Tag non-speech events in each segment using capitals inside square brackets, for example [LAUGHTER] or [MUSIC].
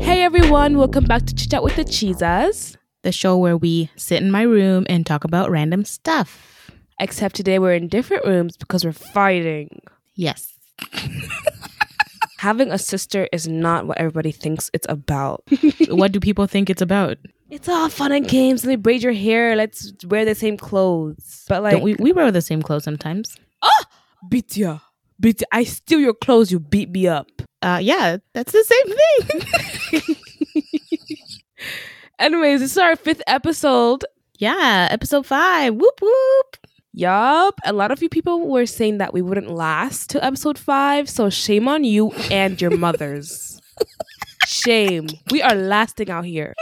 everyone, welcome back to Chit Chat with the Cheezas. the show where we sit in my room and talk about random stuff. Except today we're in different rooms because we're fighting. Yes. Having a sister is not what everybody thinks it's about. [LAUGHS] what do people think it's about? it's all fun and games. Let me braid your hair. Let's wear the same clothes. But like, Don't we, we wear the same clothes sometimes. beat ya. Beat ya. I steal your clothes. You beat me up. Uh, yeah, that's the same [LAUGHS] thing. Anyways, this is our fifth episode. yeah, episode five. Whoop whoop. Yup. A lot of you people were saying that we wouldn't last to episode five, so shame on you and your [LAUGHS] mothers. shame. We are lasting out here.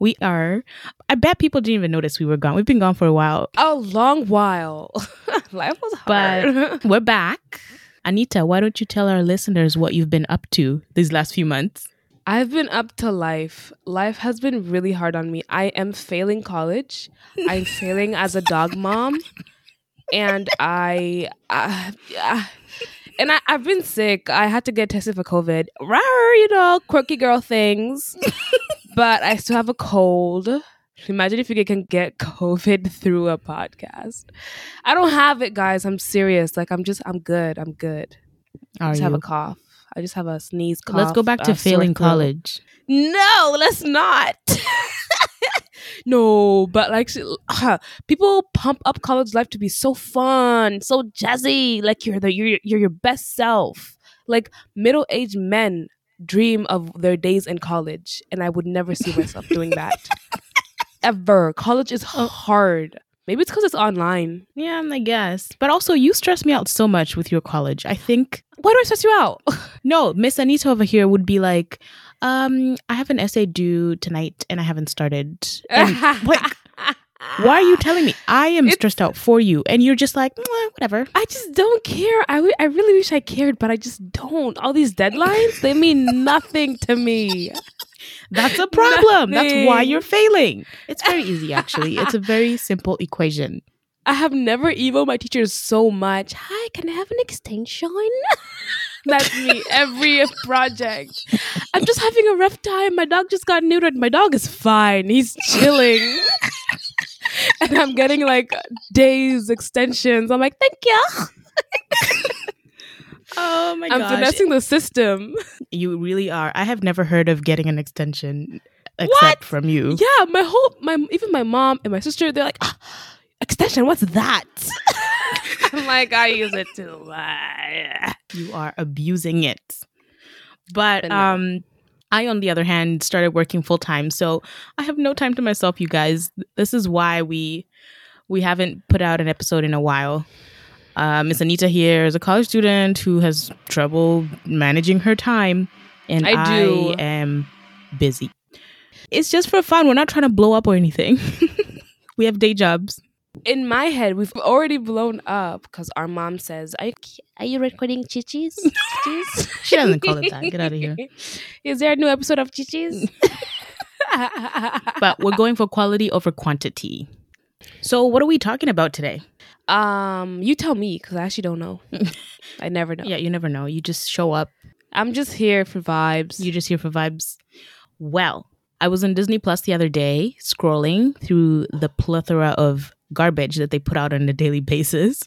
We are. I bet people didn't even notice we were gone. We've been gone for a while. A long while. [LAUGHS] Life was hard. We're back. Anita, why don't you tell our listeners what you've been up to these last few months? [LAUGHS] I've been up to life. Life has been really hard on me. I am failing college. I'm failing as a dog mom, and I, uh, and I, I've been sick. I had to get tested for COVID. Rawr, you know, quirky girl things. but I still have a cold. Imagine if you can get COVID [LAUGHS] through a podcast. I don't have it, guys. I'm serious. Like I'm just, I'm good. I'm good. I Are just have you? a cough. I just have a sneeze. Cough, Let's go back a to sore failing throat. college. No, let's not. [LAUGHS] no, but like sh- uh, people pump up college life to be so fun, so jazzy, like you're the you're you're your best self. Like middle-aged men dream of their days in college, and I would never see myself [LAUGHS] doing that. Ever. College is Oh. hard. Maybe it's because it's online. Yeah, I guess. But also, you stress me out so much with your college. I think Why do I stress you out? [LAUGHS] No, Miss Anita over here would be like, um, I have an essay due tonight and I haven't started. [LAUGHS] And like, why are you telling me? I am It's- stressed out for you. And you're just like, "Mwah, whatever. I just don't care. I wi- I really wish I cared, but I just don't. All these deadlines, they mean nothing to me. [LAUGHS] That's a problem. That's why Nothing. you're failing. It's very [LAUGHS] easy, actually. It's a very simple equation. I have never emailed my teachers so much. Hi, can I have an extension? [LAUGHS] That's me every project. I'm just having a rough time. My dog just got neutered. My dog is fine. He's chilling. [LAUGHS] and I'm getting like days extensions. I'm like, thank you. Oh my I'm finessing the system. You really are. I have never heard of getting an extension except What? from you. Yeah, my whole my even my mom and my sister, they're like, "Ah, extension, what's that? [LAUGHS] I'm like, I use it too much. you are abusing it. But But no. um I on the other hand started working full time. So I have no time to myself, you guys. This is why we we haven't put out an episode in a while. Uh, Miss Anita here is a college student who has trouble managing her time, and I do. I am busy. It's just for fun. We're not trying to blow up or anything. [LAUGHS] we have day jobs. in my head, we've already blown up because our mom says, "Are you, are you recording Chichis? Chichis? She doesn't call it that. [LAUGHS] Get out of here. [LAUGHS] Is there a new episode of Chichis?" [LAUGHS] but we're going for quality over quantity. So, what are we talking about today? um, you tell me because I actually don't [LAUGHS] know. I never know. Yeah, you never know. You just show up. I'm just here for vibes. You just here for vibes. Well, I was on Disney Plus the other day scrolling through the plethora of garbage that they put out on a daily basis.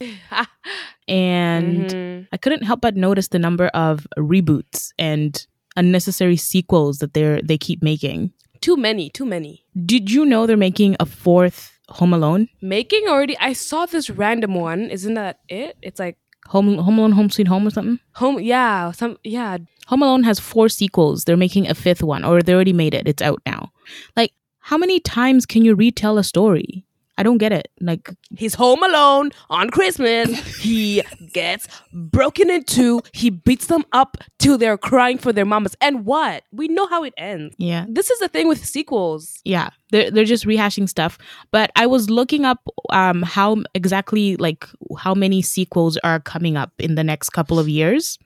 And Mhm. I couldn't help but notice the number of reboots and unnecessary sequels that they're they keep making. too many, too many. Did you know they're making a fourth Home Alone? Making already. I saw this random one. Isn't that it? It's like Home Home Alone Home Sweet Home or something? home. Yeah, some. Yeah, Home Alone has four sequels. They're making a fifth one, or they already made it. It's out now. Like, how many times can you retell a story? I don't get it. Like, He's home alone on [LAUGHS] Christmas. He gets broken into. He beats them up till they're crying for their mamas. And what? We know how it ends. yeah, This is the thing with sequels. yeah. They're they're just rehashing stuff. But I was looking up um how exactly like how many sequels are coming up in the next couple of years,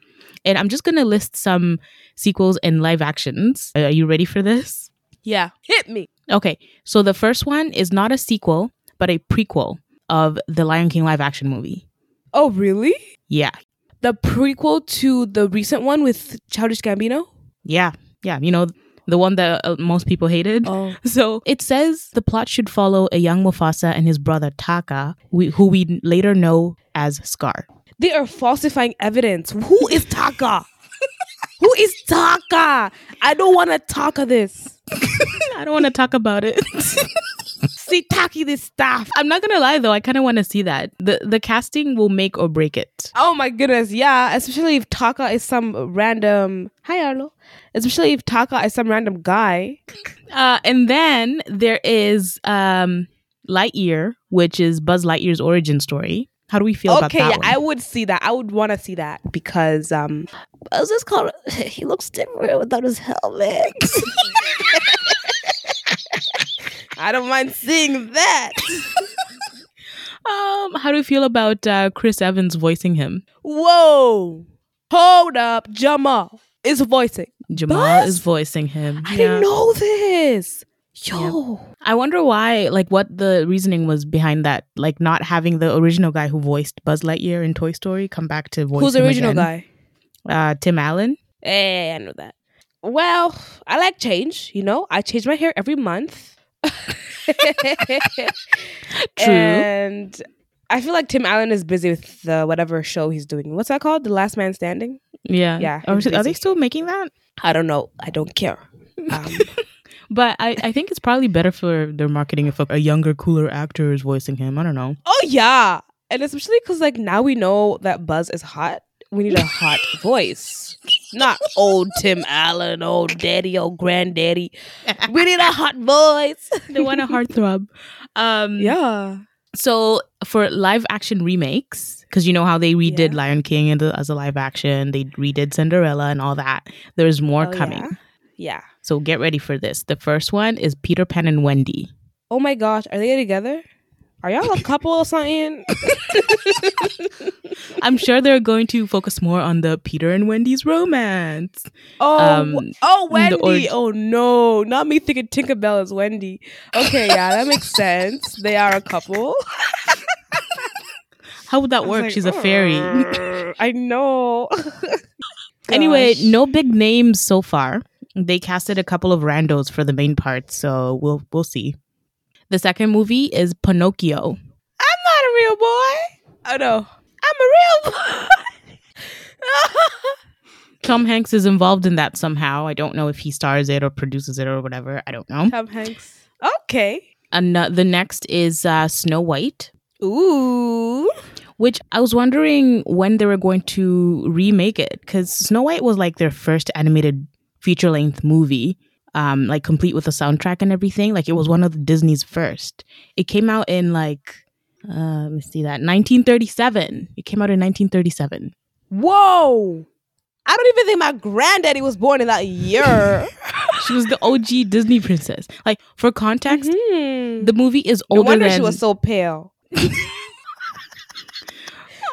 and I'm just gonna list some sequels and live actions. Are you ready for this? Yeah. Hit me. Okay, so the first one is not a sequel, but a prequel of the Lion King live action movie. Oh, really? Yeah. The prequel to the recent one with Childish Gambino? Yeah. Yeah. You know, the one that uh, most people hated. Oh, So it says the plot should follow a young Mufasa and his brother Taka, we, who we later know as [LAUGHS] Scar. they are falsifying evidence. Who is [LAUGHS] Taka? Who is Taka? I don't want to Taka this. I don't want to talk about it. See Taki this stuff. [LAUGHS] I'm not gonna lie though, I kind of want to see that. the The casting will make or break it. Oh my goodness, yeah. Especially if Taka is some random. Hi Arlo. Especially if Taka is some random guy. Uh, and then there is um, Lightyear, which is Buzz Lightyear's origin story. How do we feel about okay, that? yeah, one? I would see that. I would want to see that because um, What's this called? [LAUGHS] He looks different without his helmet. [LAUGHS] I don't mind seeing that. Um, how do you feel about uh, Chris Evans voicing him? Whoa, hold up, Jamal is voicing. Jamal Buzz? is voicing him. I didn't know this. Yo, I wonder why, like, what the reasoning was behind that, like, not having the original guy who voiced Buzz Lightyear in Toy Story come back to voice. who's the original guy? guy? Uh, [LAUGHS] Tim Allen. Hey, Eh, I know that. Well, I like change. You know, I change my hair every month. True. Eh, And I feel like Tim Allen is busy with the whatever show he's doing. What's that called? The Last Man Standing. yeah, Yeah, Are, he's are they busy. still making that? I don't know. I don't care. Um, But I, I think it's probably better for their marketing if a, a younger, cooler actor is voicing him. I [LAUGHS] don't know. oh yeah, and especially because like now we know that Buzz is hot. We need a hot voice, not old Tim Allen, old daddy, old granddaddy. We need a hot voice. They want a heartthrob. Um, Yeah. So for live action remakes, because you know how they redid Yeah. Lion King and the- as a live action, they redid Cinderella and all that. There's more Oh, coming. yeah? Yeah. So get ready for this. The first one is Peter Pan and Wendy. Oh my gosh, are they together? Are y'all [LAUGHS] a couple or something? I'm sure they're going to focus more on the Peter and Wendy's romance. Oh, Um, oh, the Wendy. orig- oh no, not me thinking Tinkerbell is Wendy. Okay, yeah, that makes sense. They are a [LAUGHS] couple. How would that I was work? like, "Oh, She's a fairy. "Arr, I know. [LAUGHS] Anyway, Gosh. no big names so far. They casted a couple of randos for the main parts, so we'll we'll see. The second movie is Pinocchio. I'm not a real boy. Oh no, I'm a real boy. Tom Hanks is involved in that somehow. I don't know if he stars it or produces it or whatever. I don't know. Tom Hanks. [LAUGHS] Okay. And uh, the next is uh, Snow White. Ooh. which I was wondering when they were going to remake it because Snow White was like their first animated feature length movie, um, like complete with a soundtrack and everything. Like it was one of the Disney's first. It came out in like uh, let me see that 1937. It came out in 1937. Whoa. I don't even think my granddaddy was born in that year. She was the OG Disney princess. Like for context, Mhm. the movie is No older wonder than she was so [LAUGHS] pale.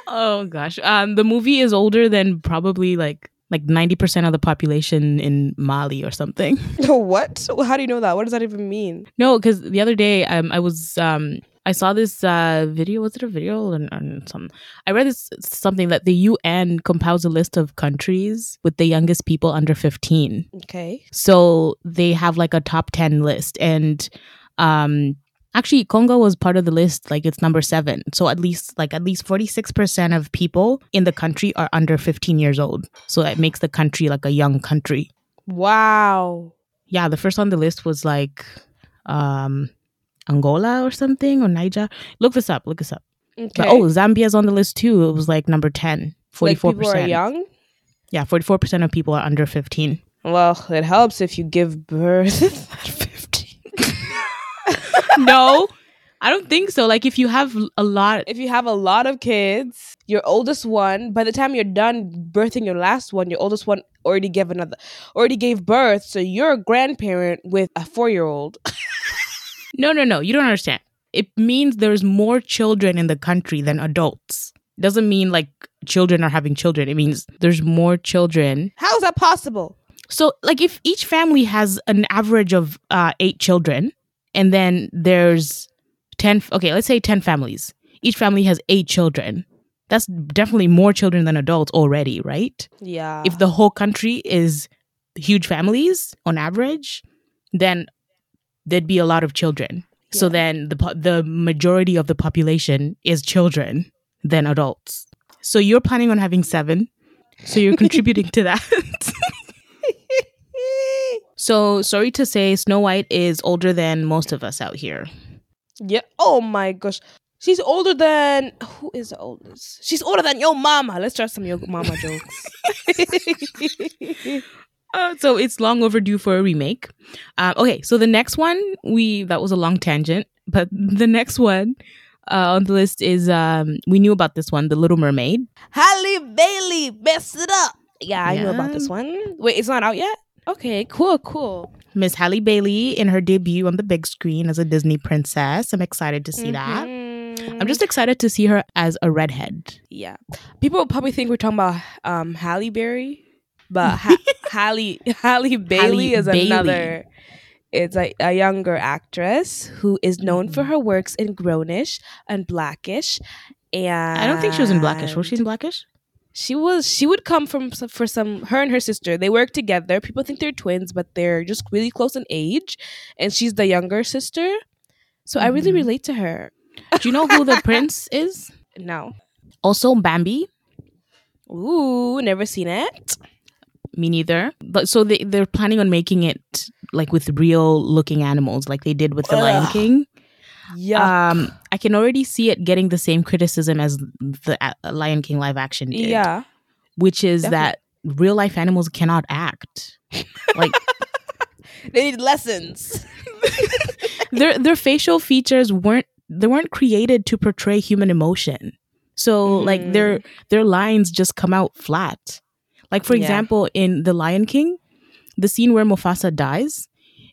oh gosh, um, the movie is older than probably like like 90% of the population in Mali or something. what? How do you know that? What does that even mean? No, because the other day um, I was um, I saw this uh, video. Was it a video and, some? I read this something that the UN compiles a list of countries with the youngest people under fifteen. Okay. So they have like a top ten list, and um, actually Congo was part of the list. Like it's number seven. So at least like at least forty six percent of people in the country are under fifteen years old. So it makes the country like a young country Wow. yeah, the first on the list was like um Angola or something or Niger. Look this up. Look this up. Okay. But, oh, Zambia's on the list too. It was like number 10, 44 Like people are percent. young. Yeah, forty four percent of people are under [LAUGHS] fifteen. Well, it helps if you give birth [LAUGHS] at fifteen. no, I don't think so. Like if you have a lot, If you have a lot of kids, your oldest one, by the time you're done birthing your last one, your oldest one already gave another, already gave birth. So you're a grandparent with a four-year-old. no, no, no, you don't understand. It means there's more children in the country than adults. Doesn't mean like children are having children. It means there's more children How is that possible? So, like, if each family has an average of uh, eight children, and then there's 10, okay, let's say 10 families, each family has eight children. That's definitely more children than adults already, right? Yeah. If the whole country is huge families on average, then there'd be a lot of children. So Yeah. then the po- the majority of the population is children than adults. So you're planning on having seven. So you're contributing to that. so sorry to say Snow White is older than most of us out here. Yeah. Oh my gosh. She's older than who is the oldest? She's older than your mama. Let's try some your mama [LAUGHS] jokes. Uh, so it's long overdue for a remake. Um, okay, so the next one we that was a long tangent, but [LAUGHS] the next one uh, on the list is um, we knew about this one, The Little Mermaid. Halle Bailey messed it up. yeah, I know about this Yeah. one. Wait, it's not out yet? Okay, cool, cool. Miss Halle Bailey in her debut on the big screen as a Disney princess. I'm excited to see that. Mhm. I'm just excited to see her as a redhead. yeah. People probably think we're talking about um Halle Berry, but [LAUGHS] ha- Halle Halle Bailey is Bailey. another. It's a, a younger actress who is known for Mhm. her works in Grownish and Blackish. And I don't think she was in Blackish. Was she in Blackish? She was. She would come from s- for some. Her and her sister. They work together. People think they're twins, but they're just really close in age, and she's the younger sister. So I really Mhm. relate to her. Do you know who the prince is? No. Also Bambi. Ooh, never seen it. Me neither. But so they they're planning on making it like with real looking animals, like they did with The Lion Ugh. King. Yeah. Um, I can already see it getting the same criticism as the uh, Lion King live action did, yeah. which is Definitely. that real life animals cannot [LAUGHS] act. Like They need lessons. their their facial features weren't they weren't created to portray human emotion. So like their their lines just come out flat. Like for Mm. Yeah. example, in The Lion King, the scene where Mufasa dies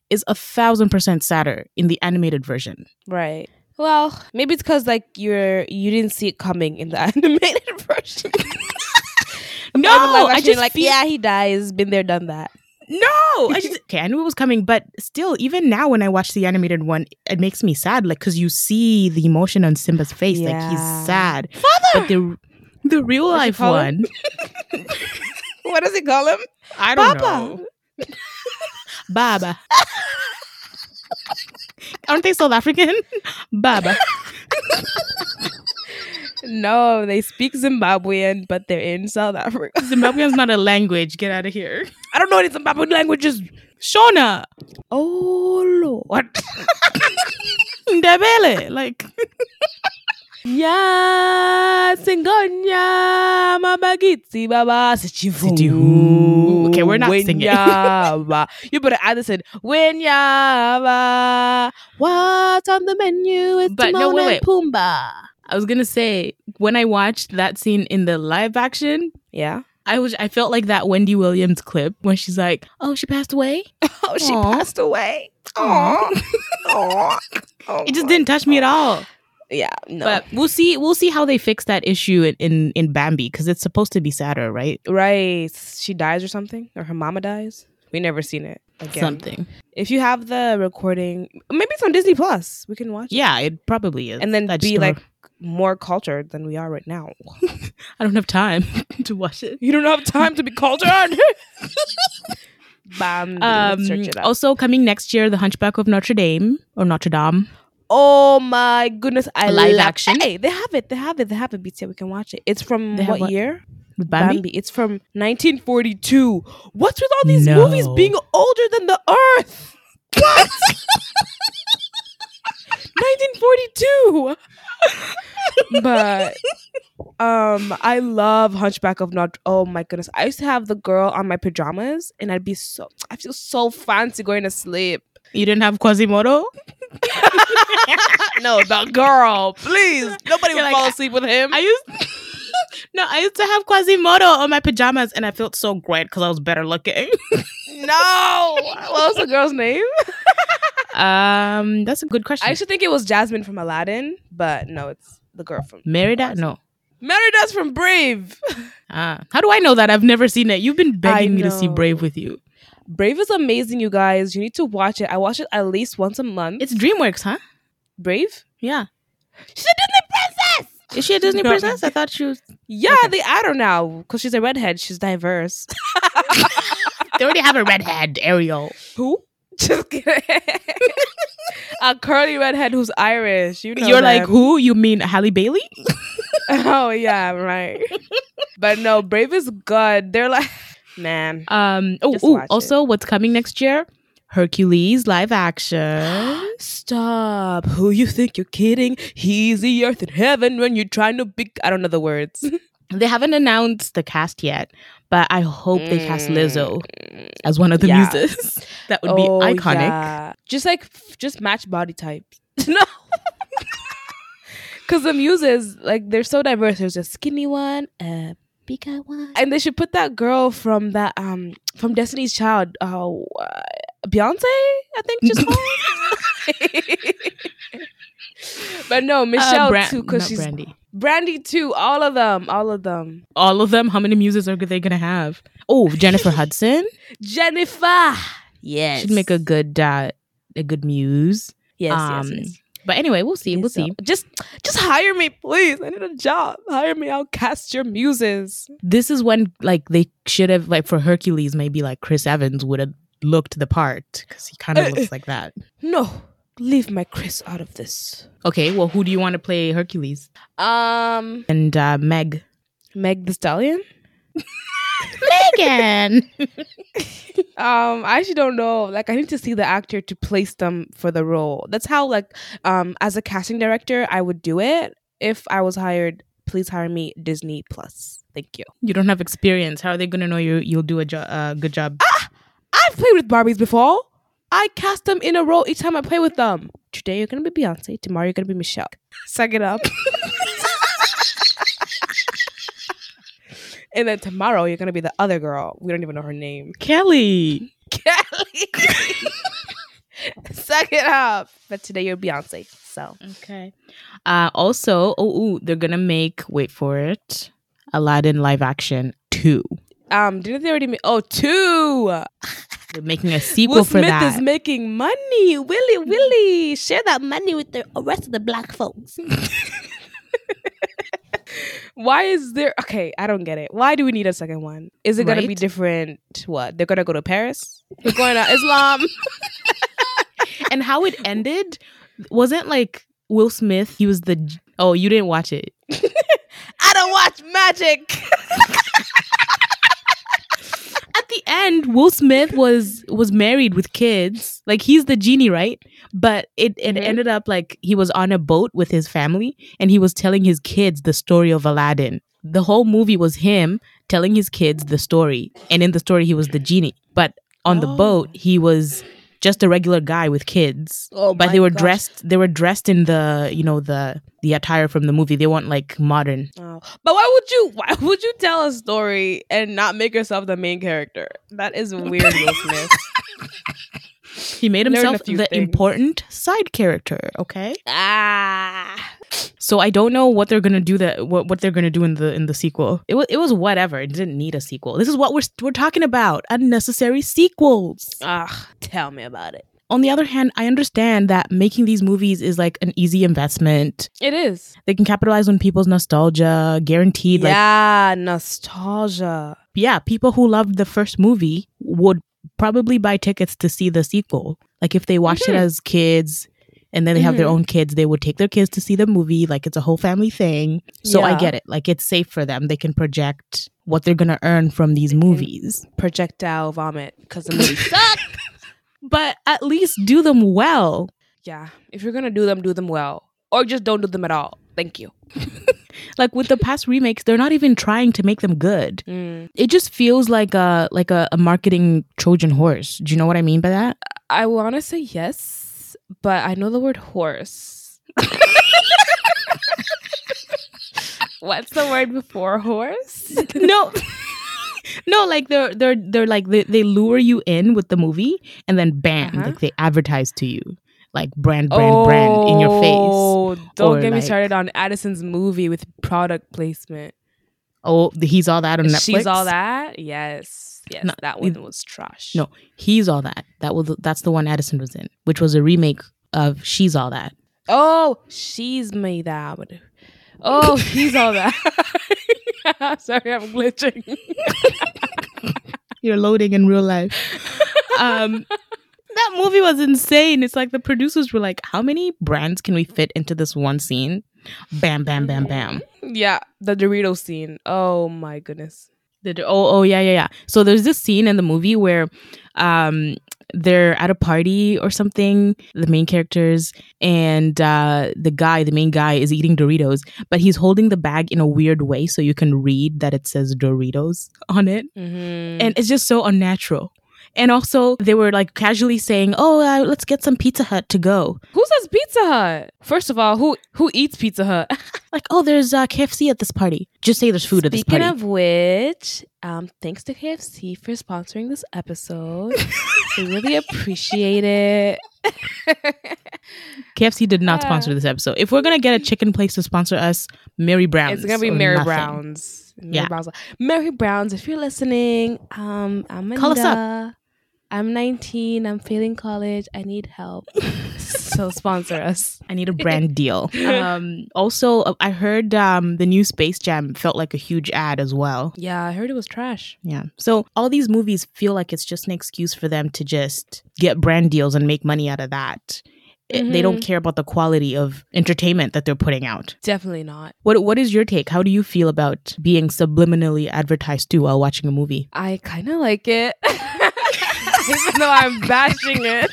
is a thousand percent sadder in the animated version. Right. Well, maybe it's because like you're you didn't see it coming in the [LAUGHS] animated version. No, And the live I action, just [LAUGHS] like feel yeah, he dies. Been there, done that. No, I just okay. I knew it was coming, but still, even now when I watch the animated one, it makes me sad. Like because you see the emotion on Simba's face, like Yeah. he's sad. Father, but the the real What's it life called? one, [LAUGHS] What does he call him? I don't Papa. know. Baba. Aren't they South African? Baba. No, they speak Zimbabwean, but they're in South Africa. [LAUGHS] Zimbabwean's not a language. Get out of here. I don't know any Zimbabwean languages. Shona. Oh Lord. [LAUGHS] Ndebele. Like Yeah, singonya mabagitsi baba sichivu. Sichivu. Okay, we're not singing. Wenyaba. you better add this in. Wenyaba. What's on the menu? It's But Timon no, wait, and Pumbaa. I was gonna say when I watched that scene in the live action, Yeah. I was I felt like that Wendy Williams clip when she's like, "Oh, she passed away." Oh, she Aw. passed away. Aw. [LAUGHS] Aw. Oh It just my didn't touch me at all. Yeah. No. But we'll see we'll see how they fix that issue in in, in Bambi cuz it's supposed to be sadder, right? right. She dies or something? Or her mama dies? We never seen it again. Something. If you have the recording, maybe it's on Disney Plus. We can watch it. Yeah, it probably is. And then I just be don't- like more cultured than we are right now. I don't have time [LAUGHS] to watch it. You don't have time to be [LAUGHS] cultured. Bam. Um, let's search it up. also coming next year, The Hunchback of Notre Dame or Notre Dame. oh my goodness! I Live love- action? Hey, they have it. They have it. They have it. BTS, we can watch it. It's from They have what, what? year? With Bambi. It's from 1942. What's with all these No. movies being older than the Earth? [LAUGHS] What? 1942. but um I love Hunchback of Not Oh my goodness. I used to have the girl on my pajamas and I'd be so I feel so fancy going to sleep. You didn't have Quasimodo? no, the girl, please. Nobody You're would like, fall asleep with him. I used [LAUGHS] No, I used to have Quasimodo on my pajamas and I felt so great cuz I was better looking. [LAUGHS] no. what was the girl's name? Um, that's a good question. I used to think it was Jasmine from Aladdin, but no, it's the girl from Merida? No. Merida's from Brave. Ah, how do I know that? I've never seen it. You've been begging I me to see know. Brave with you. Brave is amazing, you guys. You need to watch it. I watch it at least once a month. It's DreamWorks, huh? Brave. Yeah. She's a Disney princess. Is she a Disney No. princess? I thought she was. Yeah, they add her now because she's a redhead. She's diverse. They already have a redhead, Ariel. [LAUGHS] Who? Just kidding. [LAUGHS] a curly redhead who's Irish. [LAUGHS] You know You're like, them. [LAUGHS] who? You mean Halle Bailey? oh yeah, [LAUGHS] right. but no, Brave is good. They're like, [LAUGHS] man, Um. Oh, Just ooh, watch also, what's coming next year? Hercules live action. stop. Who you think you're kidding? He's the earth in heaven when you're trying to be. I don't know the words. [LAUGHS] they haven't announced the cast yet, but I hope they cast Mm. Lizzo as one of the Yeah. Oh, muses. [LAUGHS] That would be iconic. yeah. Just like f- just match body types. [LAUGHS] no. Cause the muses, like they're so diverse. There's a skinny one, a big guy one. And they should put that girl from that um from Destiny's Child, uh, uh Beyonce, I think she's [LAUGHS] called. [LAUGHS] but no, Uh, Michelle Bran- too, cause not she's Brandy. Brandy. too. All of them, all of them. All of them. How many muses are they gonna have? [LAUGHS] Oh, Jennifer Hudson Jennifer. Yes. should make a good uh, a good muse. yes, um, But anyway, we'll see. We'll Please, see. uh, Just just hire me, please. I need a job. Hire me. I'll cast your muses. This is when like they should have like for Hercules maybe like Chris Evans would have looked the part because he kind Uh, of looks like that. No, leave my Chris out of this. Okay, well, who do you want to play Hercules Um, and uh, Meg? Meg the Stallion. Megan. Um, I actually don't know. Like, I need to see the actor to place them for the role. That's how, like, um, as a casting director, I would do it if I was hired. Please hire me, Disney Plus. Thank you. [LAUGHS] You don't have experience. How are they gonna know you? You'll do a jo- uh, good job. I've played with Barbies before. I cast them in a role each time I play with them. Today you're gonna be Beyonce. Tomorrow you're gonna be Michelle. [LAUGHS] Suck it up. and then tomorrow you're gonna be the other girl. We don't even know her name. [LAUGHS] Kelly. Kelly. [LAUGHS] Suck it up. But today you're Beyonce. So Okay. Uh, also, oh, ooh, they're gonna make. Wait for it. Aladdin live action two. um, didn't they already make? Oh, two. They're making a sequel Will for Smith that. is making money. Willy, Willy, share that money with the rest of the black folks. [LAUGHS] Why is there okay? I don't get it. Why do we need a second one? Is it gonna be Right? different? What they're gonna go to Paris? We're going to Islam. [LAUGHS] and how it ended wasn't like Will Smith. He was the. j- Oh, you didn't watch it. I don't watch magic. At the end, Will Smith was was married with kids. Like he's the genie, right? But it it Mhm. ended up like he was on a boat with his family, and he was telling his kids the story of Aladdin. The whole movie was him telling his kids the story, and in the story, he was the genie. But on the Oh. boat, he was just a regular guy with kids. [LAUGHS] Oh, but they were dressed. They were dressed in the you know the the attire from the movie. They weren't like modern. Oh. But why would you? Why [LAUGHS] would you tell a story and not make yourself the main character? That is weird, Will [LAUGHS] Smith. He made Learn a himself few the things. important side character. Okay. ah, So I don't know what they're gonna do that what, what they're gonna do in the in the sequel. It was it was whatever. It didn't need a sequel. This is what we're we're talking about unnecessary sequels. ugh. Tell me about it. On the other hand, I understand that making these movies is like an easy investment. It is. They can capitalize on people's nostalgia, guaranteed. Like yeah, nostalgia. yeah, people who loved the first movie would probably buy tickets to see the sequel. Like if they watched Mhm. it as kids and then they have their Mhm. own kids, they would take their kids to see the movie. Like it's a whole family thing. So I Yeah. get it. Like it's safe for them. They can project what they're going to earn from these movies. Projectile vomit because the [LAUGHS] movie But at least do them well. Yeah, if you're gonna do them, do them well, or just don't do them at all. Thank you. Like with the past remakes, they're not even trying to make them good. Mm. It just feels like a like a, a marketing Trojan horse. Do you know what I mean by that? I want to say yes, but I know the word [LAUGHS] horse. What's the word before horse? no [LAUGHS] no like they're they're they're like they, they lure you in with the movie and then bam Uh-huh. like they advertise to you like brand brand brand in your face Oh, Don't Or get me like- started on Addison's movie with product placement. oh th- he's all that on netflix She's all that. Yes, yes, No, that you- one was trash. no he's all that that was that's the one addison was in which was a remake of she's all that Oh, she's me that. Oh, [LAUGHS] she's all that. Sorry, I'm glitching. You're loading in real life. [LAUGHS] Um, that movie was insane. It's like the producers were like, how many brands can we fit into this one scene? Bam, bam, bam, bam. Yeah, the Dorito scene. Oh my goodness. The, the- oh, oh, yeah, yeah, yeah. So there's this scene in the movie where um, they're at a party or something, the main characters, and uh, the guy, the main guy, is eating Doritos, but he's holding the bag in a weird way so you can read that it says Doritos on it Mm-hmm. and it's just so unnatural. And also, they were like casually saying, "Oh, uh, let's get some Pizza Hut to go." Who says Pizza Hut? First of all, who who eats Pizza Hut? [LAUGHS] Like, "Oh, there's uh, KFC at this party." Just say there's food at this Speaking party. of which, um, thanks to KFC for sponsoring this [LAUGHS] episode. we really appreciate it. [LAUGHS] KFC did not Yeah. sponsor this episode. If we're gonna get a chicken place to sponsor us, Mary Brown's. it's gonna be or Mary nothing. Brown's. Mary Yeah. Brown's. Mary Brown's, if you're listening, um, I'm Anita. Call us up. I'm 19. I'm failing college. I need [LAUGHS] help. so sponsor us. [LAUGHS] I need a brand deal. Um, also, uh, I heard um, the new Space Jam felt like a huge ad as well. Yeah, I heard it was trash. Yeah. So all these movies feel like it's just an excuse for them to just get brand deals and make money out of that. It- They Mm-hmm. don't care about the quality of entertainment that they're putting out. Definitely not. What what is your take? How do you feel about being subliminally advertised to while watching a movie? I kind of like it, [LAUGHS] even though I'm bashing it,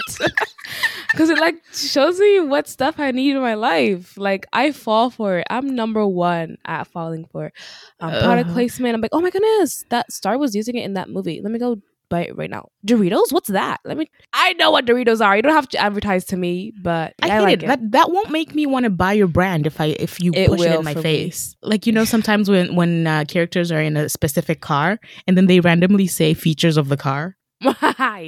[LAUGHS] because it like shows me what stuff I need in my life. Like I fall for it. I'm number one at falling for um, product Uh-huh. placement. I'm like, oh my goodness, that star was using it in that movie. Let me go buy it right now. Doritos, what's that? Let me. I know what Doritos are. You don't have to advertise to me, but I, I, hate like it. it. That that won't make me want to buy your brand if I if you It push it will in my for me. face. Like you know, sometimes when when uh, characters are in a specific car and then they randomly say features of the car. yeah,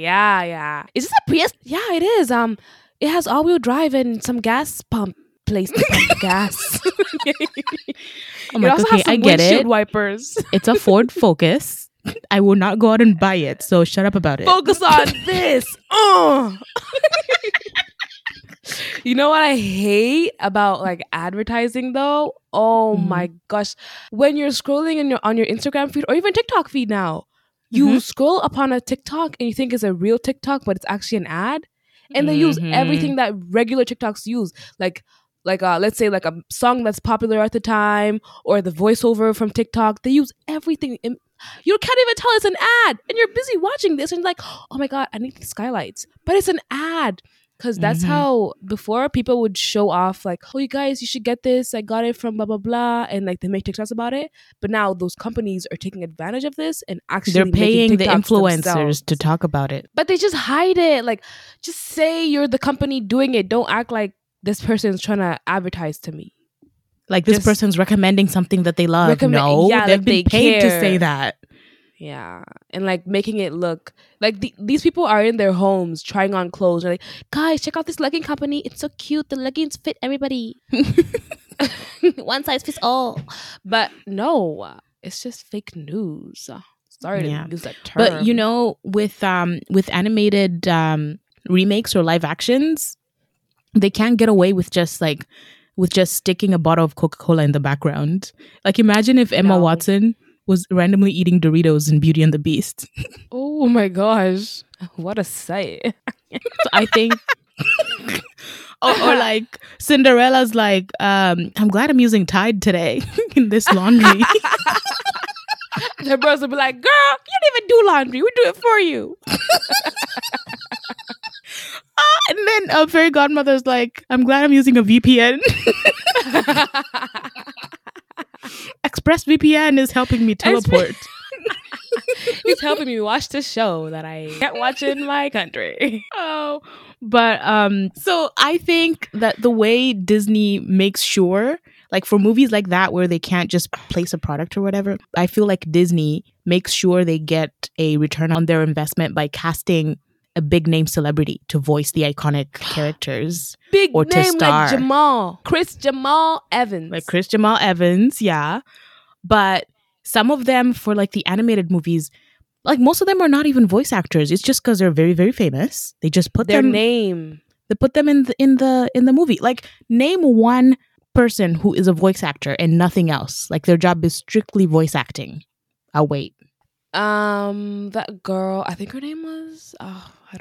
[LAUGHS] yeah. Is this a Prius? Yeah, it is. Um, it has all-wheel drive and some gas pump place to pump [LAUGHS] gas. Oh I'm like, okay, I get it. wipers. It's a [LAUGHS] Ford Focus. I will not go out and buy it. So shut up about it. Focus on [LAUGHS] this. Uh. you know what I hate about like advertising though? Oh Mhm. my gosh. When you're scrolling in your on your Instagram feed or even TikTok feed now, you Mhm. scroll upon a TikTok and you think it's a real TikTok, but it's actually an ad. and they use Mhm. everything that regular TikToks use, like like uh, let's say like a song that's popular at the time or the voiceover from TikTok. They use everything. in- you can't even tell it's an ad, and you're busy watching this and like, oh my god, I need the skylights, but it's an ad. Cause that's Mhm. how before people would show off like, oh you guys, you should get this. I got it from blah blah blah, and like they make TikToks about it. But now those companies are taking advantage of this and actually They're making paying the TikToks influencers themselves to talk about it. but they just hide it. Like, just say you're the company doing it. Don't act like this person's trying to advertise to me. Like this Just- person's recommending something that they love. Recommend- no, yeah, they've like been they paid to care. say that. Yeah, and like making it look like the, these people are in their homes trying on clothes. They're like, guys, check out this legging company. It's so cute. The leggings fit [LAUGHS] everybody. [LAUGHS] One size fits all. But no, it's just fake news. Sorry Yeah. to use that term. But you know, with um with animated um remakes or live actions, they can't get away with just like with just sticking a bottle of Coca Cola in the background. Like imagine if Emma No. Watson was randomly eating Doritos in Beauty and the Beast. [LAUGHS] oh my gosh, what a sight! [LAUGHS] So I think. or, or like Cinderella's like, um, I'm glad I'm using Tide today [LAUGHS] in this laundry. [LAUGHS] Their bros would be like, girl, you don't even do laundry. We do it for you. [LAUGHS] and then uh, Fairy Godmother's like, I'm glad I'm using a VPN. [LAUGHS] Express VPN is helping me teleport. He's helping me watch this show that I can't watch in my country. [LAUGHS] oh, but um, so I think that the way Disney makes sure, like for movies like that where they can't just place a product or whatever, I feel like Disney makes sure they get a return on their investment by casting a big name celebrity to voice the iconic characters, Big Or to name star. like Jamal, Chris Jamal Evans. like Chris Jamal Evans, yeah. But some of them for like the animated movies. Like most of them are not even voice actors. It's just because they're very, very famous. They just put their them name. they put them in the in the in the movie like name one person who is a voice actor and nothing else like their job is strictly voice acting i'll wait Um, that girl, I think her name was. Oh, I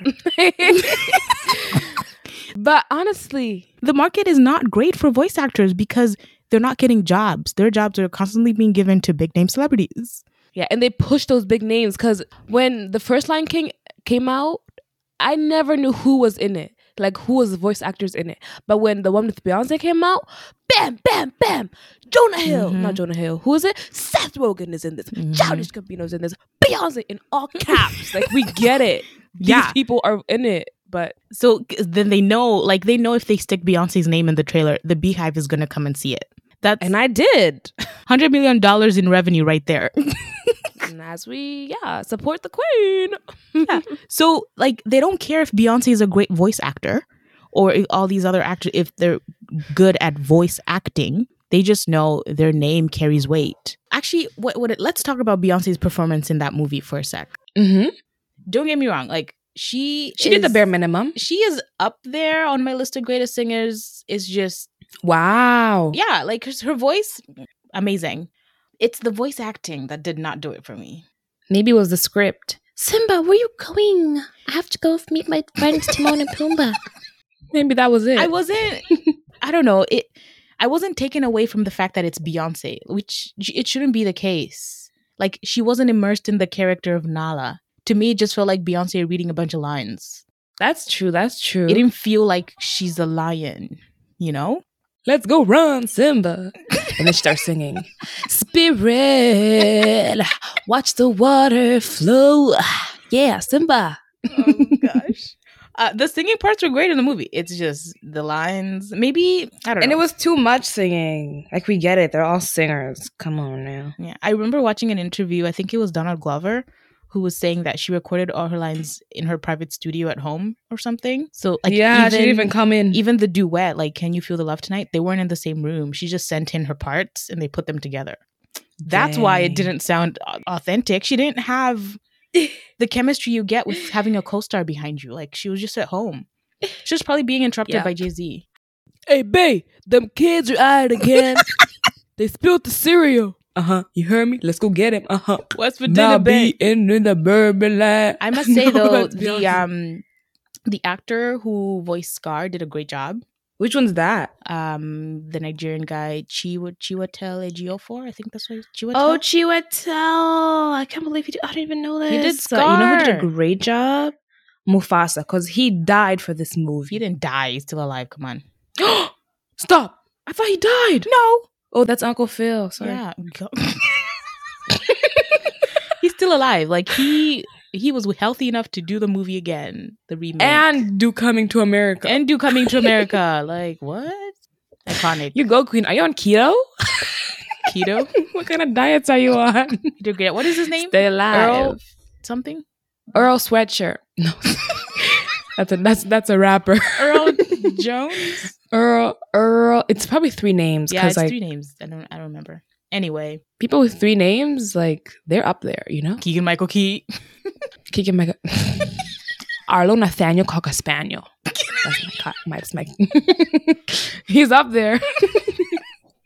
[LAUGHS] don't. [LAUGHS] but honestly, The market is not great for voice actors because they're not getting jobs. Their jobs are constantly being given to big name celebrities. yeah, and they push those big names because when the first Lion King came out, I never knew who was in it, like who was the voice actors in it. But when the one with Beyonce came out, bam, bam, bam, Jonah Hill, Mhm. not Jonah Hill, who is it? Seth Rogen is in this, Mm-hmm. Childish Gambino's in this, Beyonce in [LAUGHS] all caps. like we get it, Yeah. these people are in it, but So c- then they know, like they know if they stick Beyonce's name in the trailer, the Beehive is gonna come and see it. That's and I did. hundred million dollars in revenue right there. and as we yeah support the queen so like they don't care if Beyonce is a great voice actor or if all these other actors if they're good at voice acting. They just know their name carries weight. Actually, what, what it, let's talk about Beyonce's performance in that movie for a sec. mm-hmm. Don't get me wrong, like she she did the is- bare minimum She is up there on my list of greatest singers. It's just wow yeah, like her, her voice, amazing. It's the voice acting that did not do it for me. Maybe it was the script. Simba, where you going? I have to go meet my friends Timon and Pumbaa. [LAUGHS] maybe that was it I wasn't. [LAUGHS] I don't know. It. I wasn't taken away from the fact that it's Beyonce, which sh- it shouldn't be the case. Like she wasn't immersed in the character of Nala. To me, it just felt like Beyonce reading a bunch of lines. that's true that's true It didn't feel like she's a lion. You know. let's go run simba and then she starts singing [LAUGHS] spirit watch the water flow yeah simba oh gosh. [LAUGHS] Uh, the singing parts were great in the movie. It's just the lines. Maybe I don't know. And it was too much singing. Like we get it. They're all singers. Come on now. Yeah, I remember watching an interview. I think it was Donald Glover who was saying that she recorded all her lines in her private studio at home or something. So like, yeah, even, she didn't even come in. even the duet, like "Can You Feel the Love Tonight," they weren't in the same room. She just sent in her parts and they put them together. That's why it Dang. didn't sound au- authentic. She didn't have the chemistry you get with having a co-star behind you. Like she was just at home. She was probably being interrupted Yeah. by Jay Z. hey babe them kids are at it [LAUGHS] again they spilled the cereal uh-huh you heard me let's go get him uh-huh What's Virginia Bay? in, in the bourbon line [LAUGHS] I must say No, though, that's the Beyonce. um the actor who voiced Scar did a great job. Which one's that? Um the Nigerian guy Chiwa Chiwetel Ejiofor, I think that's what Chiwetel. Oh, Chiwetel. I can't believe he did. I didn't even know this. He did Uh, you know who did a Scar. great job? Mufasa, because he died for this if he movie. didn't die, he's still alive. Come on. [GASPS] Stop. I thought he died. No. Oh, that's Uncle Phil. Sorry. Yeah. Go- [LAUGHS] he's still alive. Like he he was healthy enough to do the movie again, the remake. and do coming to America. and do coming to America. [LAUGHS] like what? Iconic. [LAUGHS] you go, Queen. Are you on keto? [LAUGHS] Keto. what kind of diets are [LAUGHS] you on? He did great. What is his name? Stay alive. Earl Earl, something? Sweatshirt. No, [LAUGHS] that's a that's that's [LAUGHS] a rapper. [LAUGHS] Earl Jones? Earl Earl. It's probably three names Yeah, because it's like three names. I don't I don't remember. Anyway, people with three names, like they're up there. You know, Keegan Michael Key. Keegan Michael, [LAUGHS] Arlo Nathaniel Cocker Spaniel. That's my, co- my, that's my [LAUGHS] He's up there.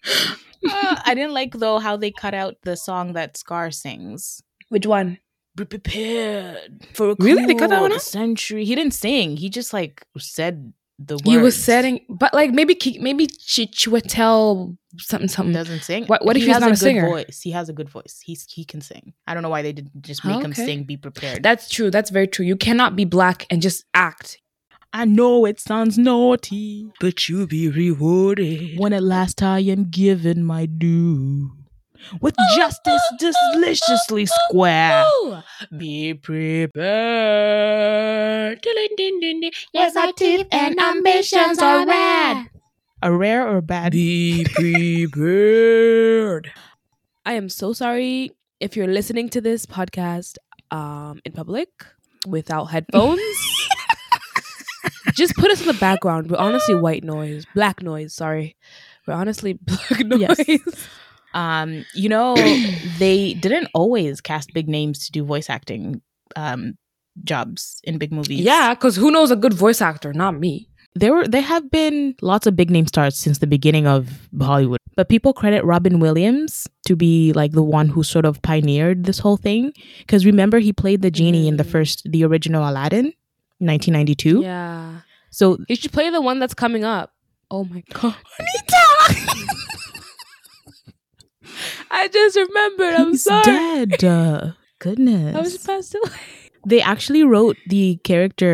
Uh, [LAUGHS] I didn't like though how they cut out the song that Scar sings. Which one? Be prepared for a Really? They cut that cool one out? Century. He didn't sing. He just like said the words. You were setting, but like maybe Ke- maybe Chiwetel something He something. doesn't sing. What- what if He he's has not a good singer? Voice. He has a good voice. He's he can sing. I don't know why they didn't just make him Okay. sing. Be prepared. That's true. That's very true. You cannot be black and just act. I know it sounds naughty, but you'll be rewarded when at last I am given my due. With [LAUGHS] justice deliciously square. Be prepared. Yes, our teeth and ambitions are red. A rare or bad? [LAUGHS] Be prepared. I am so sorry if you're listening to this podcast um, in public without [LAUGHS] headphones. just put us in the background. We're honestly white noise, black noise. Sorry, we're honestly [LAUGHS] black noise. Yes. Um, you know, Oh, they didn't always cast big names to do voice acting um jobs in big movies. Yeah, because who knows a good voice actor? Not me. There were there have been lots of big name stars since the beginning of Hollywood. But people credit Robin Williams to be like the one who sort of pioneered this whole thing cuz remember he played the genie in the Mhm. first the original Aladdin 1992. Yeah. So You should play the one that's coming up. Oh my [LAUGHS] god. Anita I just remembered. I'm He's sorry. dead. [LAUGHS] Uh, goodness. I was passed away. they actually wrote the character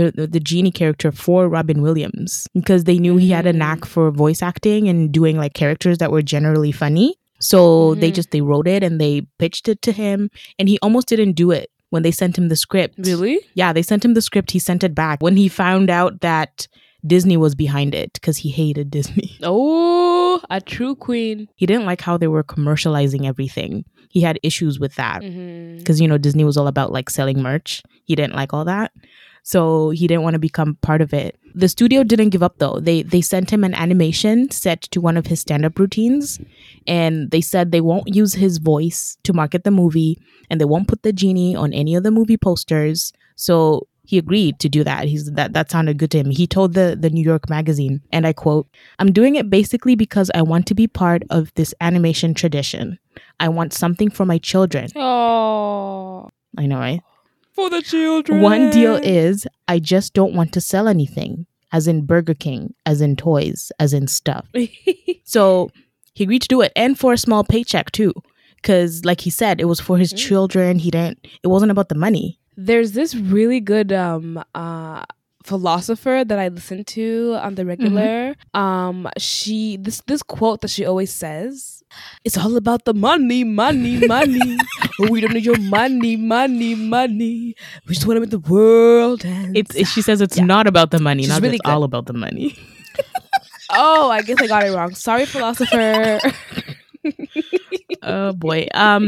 the, the the genie character for Robin Williams because they knew he had a Mm. knack for voice acting and doing like characters that were generally funny so they Mhm. just they wrote it and they pitched it to him and he almost didn't do it when they sent him the script Really? yeah they sent him the script he sent it back when he found out that Disney was behind it because he hated Disney. [LAUGHS] Oh, a true queen. He didn't like how they were commercializing everything. He had issues with that Mm-hmm. because you know Disney was all about like selling merch. He didn't like all that, so he didn't want to become part of it. The studio didn't give up though. They they sent him an animation set to one of his stand up routines, and they said they won't use his voice to market the movie, and they won't put the genie on any of the movie posters. So he agreed to do that. He's that that sounded good to him. He told the the New York magazine, and I quote, "I'm doing it basically because I want to be part of this animation tradition." I want something for my children. Oh, I know, right? for the children. One deal [LAUGHS] is I just don't want to sell anything, as in Burger King, as in toys, as in stuff. So he agreed to do it and for a small paycheck too. Cause like he said, it was for his Mm. children. He didn't it wasn't about the money. There's this really good um uh philosopher that I listen to on the regular. Um she this this quote that she always says, it's all about the money, money, [LAUGHS] money. we don't need your money, money, money. We just want to make the world and It's she says it's Yeah. not about the money, She's not that really it's good. all about the money. Oh, I guess I got it wrong. Sorry, [LAUGHS] philosopher. oh boy. Um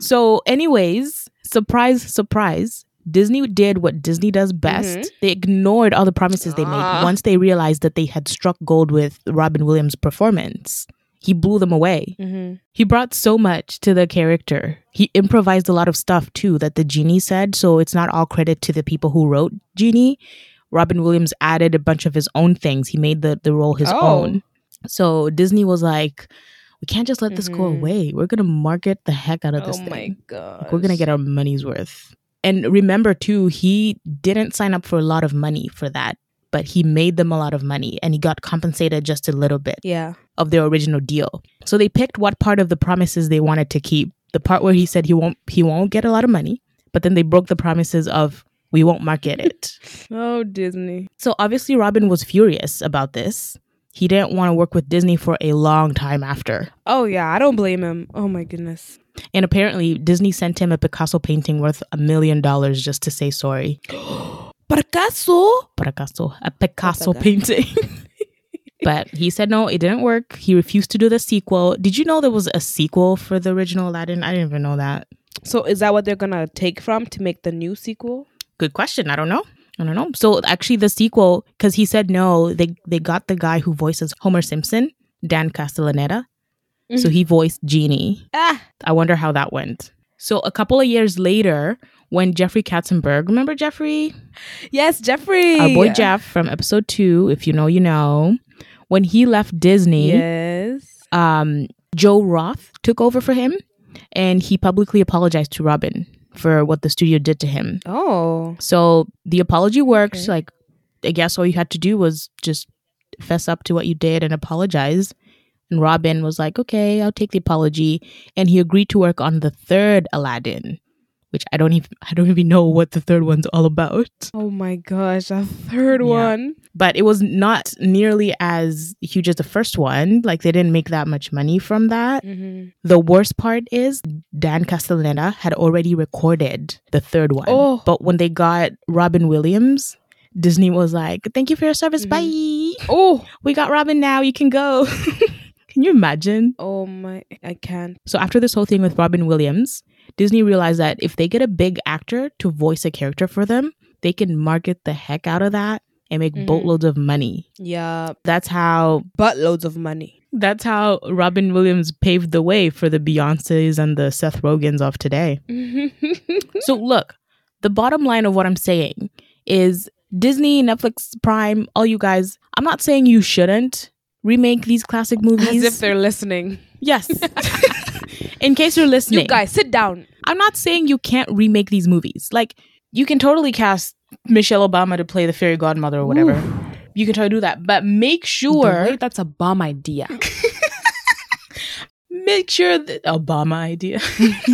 so anyways, surprise, surprise. Disney did what Disney does best. Mhm. They ignored all the promises they made Ah. once they realized that they had struck gold with Robin Williams' performance. He blew them away. mm-hmm. He brought so much to the character. He improvised a lot of stuff too that the genie said, so it's not all credit to the people who wrote Genie. Robin Williams added a bunch of his own things. He made the, the role his Oh. own. So Disney was like, we can't just let this go Mhm. away. We're gonna market the heck out of this Oh thing. my god. Like, We're gonna get our money's worth. And remember too, he didn't sign up for a lot of money for that, but he made them a lot of money and he got compensated just a little bit Yeah. of their original deal. So they picked what part of the promises they wanted to keep. The part where he said he won't he won't get a lot of money, but then they broke the promises of we won't market it. Oh Disney. so obviously Robin was furious about this. He didn't want to work with Disney for a long time after. Oh yeah, I don't blame him. Oh my goodness. And apparently Disney sent him a Picasso painting worth a million dollars just to say sorry. Parcaso? Picasso, a Picasso Papaga. painting. [LAUGHS] but he said no, it didn't work. He refused to do the sequel. Did you know there was a sequel for the original Aladdin? I didn't even know that. So is that what they're gonna take from to make the new sequel? good question. I don't know. I don't know. So actually, the sequel because he said no, they they got the guy who voices Homer Simpson, Dan Castellaneta. So he voiced Genie. Ah. I wonder how that went. So a couple of years later, when Jeffrey Katzenberg, remember Jeffrey, Yes, Jeffrey. our boy Jeff from episode two, if you know, you know, when he left Disney, Yes. um, Joe Roth took over for him, and he publicly apologized to Robin for what the studio did to him. Oh. So the apology worked. Okay. Like, I guess all you had to do was just fess up to what you did and apologize. And Robin was like, okay, I'll take the apology. And he agreed to work on the third Aladdin, which I don't even I don't even know what the third one's all about. Oh my gosh, a third Yeah. one. But it was not nearly as huge as the first one. Like they didn't make that much money from that. Mm-hmm. The worst part is Dan Castellaneta had already recorded the third one. Oh. But when they got Robin Williams, Disney was like, Thank you for your service. Mhm. Bye. Oh. We got Robin now. You can go. [LAUGHS] can you imagine? Oh my I can't. So after this whole thing with Robin Williams, Disney realized that if they get a big actor to voice a character for them, they can market the heck out of that and make Mhm. boatloads of money. Yeah. That's how But loads of [LAUGHS] money. that's how Robin Williams paved the way for the Beyoncés and the Seth Rogans of today. mm-hmm. So, look, the bottom line of what I'm saying is Disney, Netflix, Prime, all you guys. I'm not saying you shouldn't remake these classic As movies. if they're listening. [LAUGHS] yes. In case you're listening, You guys, sit down. I'm not saying you can't remake these movies. Like you can totally cast Michelle Obama to play the fairy godmother or whatever. You can totally do that, but make sure Wait, that's a bomb [LAUGHS] idea. make sure that Obama idea.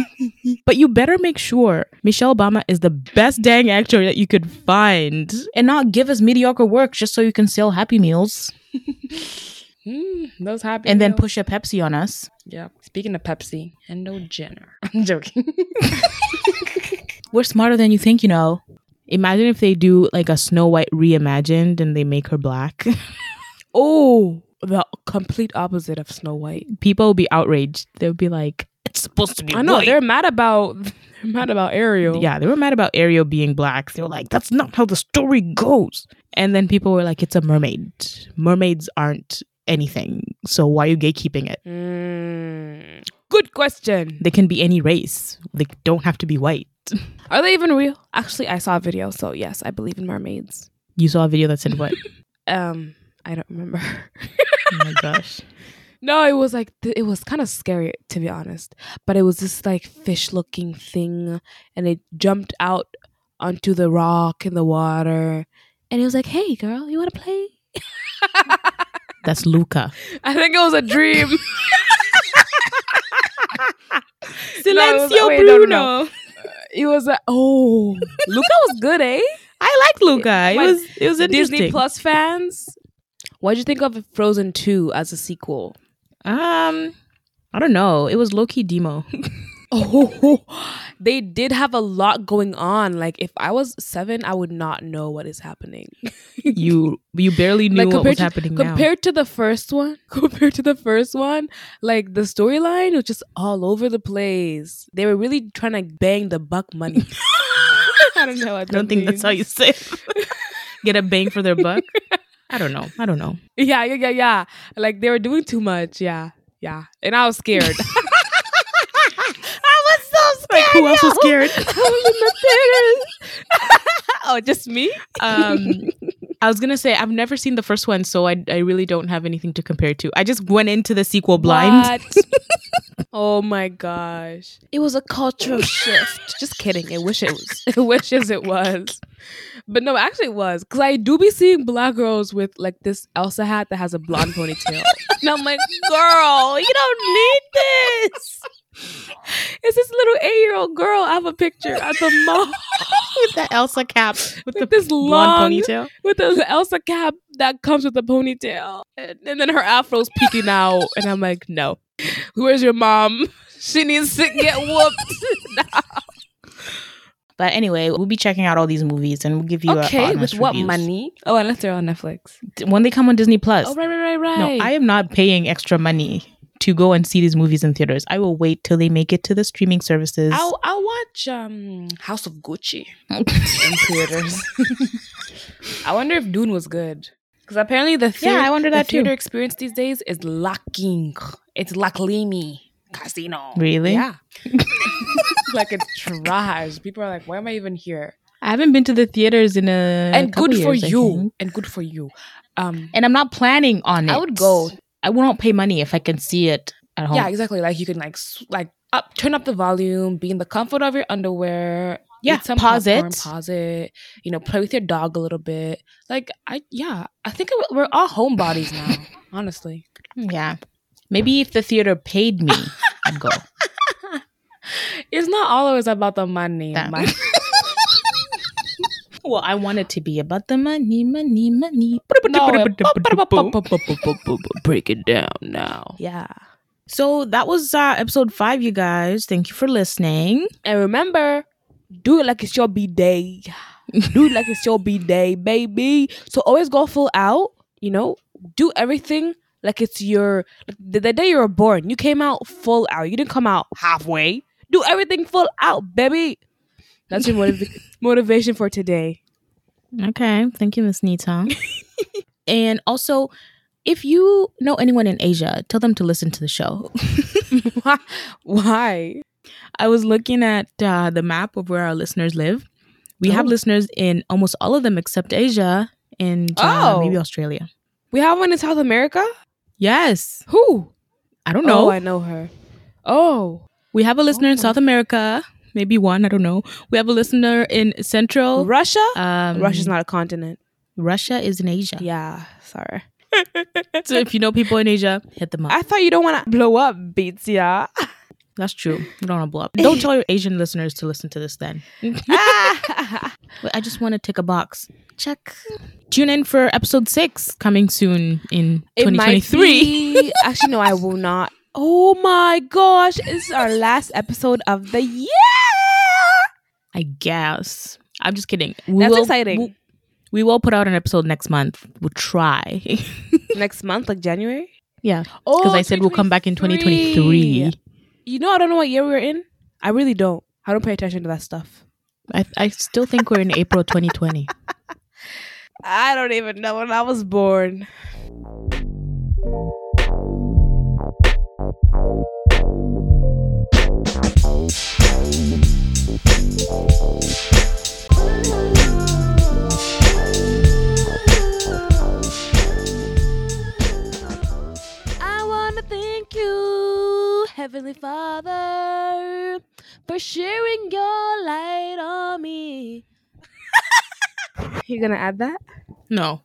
[LAUGHS] but you better make sure Michelle Obama is the best dang actor that you could find and not give us mediocre work just so you can sell Happy Meals Mm, those happy. and then meals. push a Pepsi on us. Yeah. Speaking of Pepsi, Kendall [LAUGHS] Jenner. I'm joking. We're smarter than you think, you know. Imagine if they do like a Snow White reimagined and they make her black. [LAUGHS] Oh, the complete opposite of Snow White. People will be outraged. They'll be like, it's supposed to be I know white." they're mad about [LAUGHS] they're mad about Ariel. Yeah, they were mad about Ariel being black. They were like, that's not how the story goes. And then people were like, it's a mermaid. Mermaids aren't anything. So why are you gatekeeping it? Mm, good question. They can be any race, they don't have to be white. Are they even real? Actually, I saw a video, so yes, I believe in mermaids. You saw a video [LAUGHS] that said what? Um, I don't remember. [LAUGHS] oh my gosh. No, it was like th- it was kind of scary to be honest. But it was this like fish-looking thing, and it jumped out onto the rock in the water, and it was like, "Hey, girl, you want to play?" That's Luca. I think it was a [LAUGHS] dream. Silencio No, wait, no, no, Bruno. no. It was a oh, Luca was good, eh? I like Luca. It My was it was [LAUGHS] interesting. Disney Plus fans. What would you think of Frozen Two as a sequel? Um I don't know. It was [LAUGHS] Loki Demo. Oh, [LAUGHS] they did have a lot going on. Like if I was seven, I would not know what is happening. you you barely knew Like, what was compared to- happening now. Compared to the first one, [LAUGHS] compared to the first one, like the storyline was just all over the place. They were really trying to bang the buck money. [LAUGHS] I don't know. What I don't think that's how you say it. [LAUGHS] Get a bang for their [LAUGHS] buck. I don't know. I don't know. [LAUGHS] Yeah, yeah, yeah, yeah. Like they were doing too much. Yeah, yeah. And I was [LAUGHS] scared. I was so scared. who else was scared? [LAUGHS] [LAUGHS] oh, just me? um, [LAUGHS] I was gonna say I've never seen the first one, so I I really don't have anything to compare to. I just went into the sequel blind. [LAUGHS] What? oh my gosh. It was a cultural [LAUGHS] shift. Just kidding. I wish it was. I wishes it was. But no, actually it was. Cause I do be seeing black girls with like this Elsa hat that has a blonde ponytail. and I'm like, girl, you don't need this. It's this little eight-year-old girl. I have a picture at the [LAUGHS] mall [LAUGHS] with the Elsa cap with [LAUGHS] With the this blonde long- ponytail. with the Elsa cap that comes with the ponytail, and, and then her afro's peeking out, and I'm like, no, where's your mom? [LAUGHS] She needs to get whooped. But anyway, we'll be checking out all these movies and we'll give [LAUGHS] you our okay, with honest what reviews. money? Oh, unless they're on Netflix. when they come on Disney Plus. oh right, right, right, No, right. I am not paying extra money to go and see these movies in theaters. I will wait till they make it to the streaming services. I'll, I'll watch um House of Gucci [LAUGHS] in theaters. I wonder if Dune was good because apparently the theater, I wonder the that too. theater experience these days is it's lacking. It's lacklimi casino. Really? Yeah. [LAUGHS] like it's trash. People are like, why am I even here? I haven't been to the theaters in a and couple good for years, I you. think. And good for you. Um, And I'm not planning on it. I would go. I won't pay money if I can see it at home. yeah, exactly. Like you can like s- like up, turn up the volume, be in the comfort of your underwear, Yeah, eat some pause popcorn, it. pause it. You know, play with your dog a little bit. Like I, yeah, I think it, we're all homebodies [LAUGHS] now. honestly, Yeah. Maybe if the theater paid me, I'd go. it's not always about the money. Damn. my- Well, I want it to be about the money, money, money. [LAUGHS] No, it- [LAUGHS] break it down now. Yeah, So that was uh, episode five, you guys. Thank you for listening. and remember, do it like it's your b day. do it like it's your b day, baby. So always go full out. You know, do everything like it's your like the, the day you were born. You came out full out. You didn't come out halfway. Do everything full out, baby. That's your motiv- [LAUGHS] motivation for today. Okay. Thank you, Miss Nita. [LAUGHS] and also, if you know anyone in Asia, tell them to listen to the show. Why? I was looking at uh, the map of where our listeners live, We have Oh. listeners in almost all of them except Asia and uh, Oh. maybe Australia. We have one in South America. Yes. Who? I don't know. Oh, I know her. Oh, we have a listener in Oh. South America, maybe one, I don't know. We have a listener in Central. Russia. um, Russia's not a continent. Russia is in Asia. Yeah, sorry. So if you know people in Asia, hit them up. I thought you don't want to blow up beats, yeah. That's true. You don't want to [LAUGHS] blow up. Don't tell your Asian listeners to listen to this then. Wait, I just want to tick a box. Check. Tune in for episode six coming soon in 2023. be- Actually, no, I will not. Oh my gosh, this is our last episode of the year. I guess. I'm just kidding. We That's exciting. We, we will put out an episode next month. We'll try. [LAUGHS] Next month, like January. yeah. Oh, Because I said we'll come back in 2023. 2023. You know, I don't know what year we're in. I really don't. I don't pay attention to that stuff. I, I still think we're in April 2020. I don't even know when I was born. I want to thank you, Heavenly Father, [LAUGHS] for sharing your light on me. You're gonna add that? No.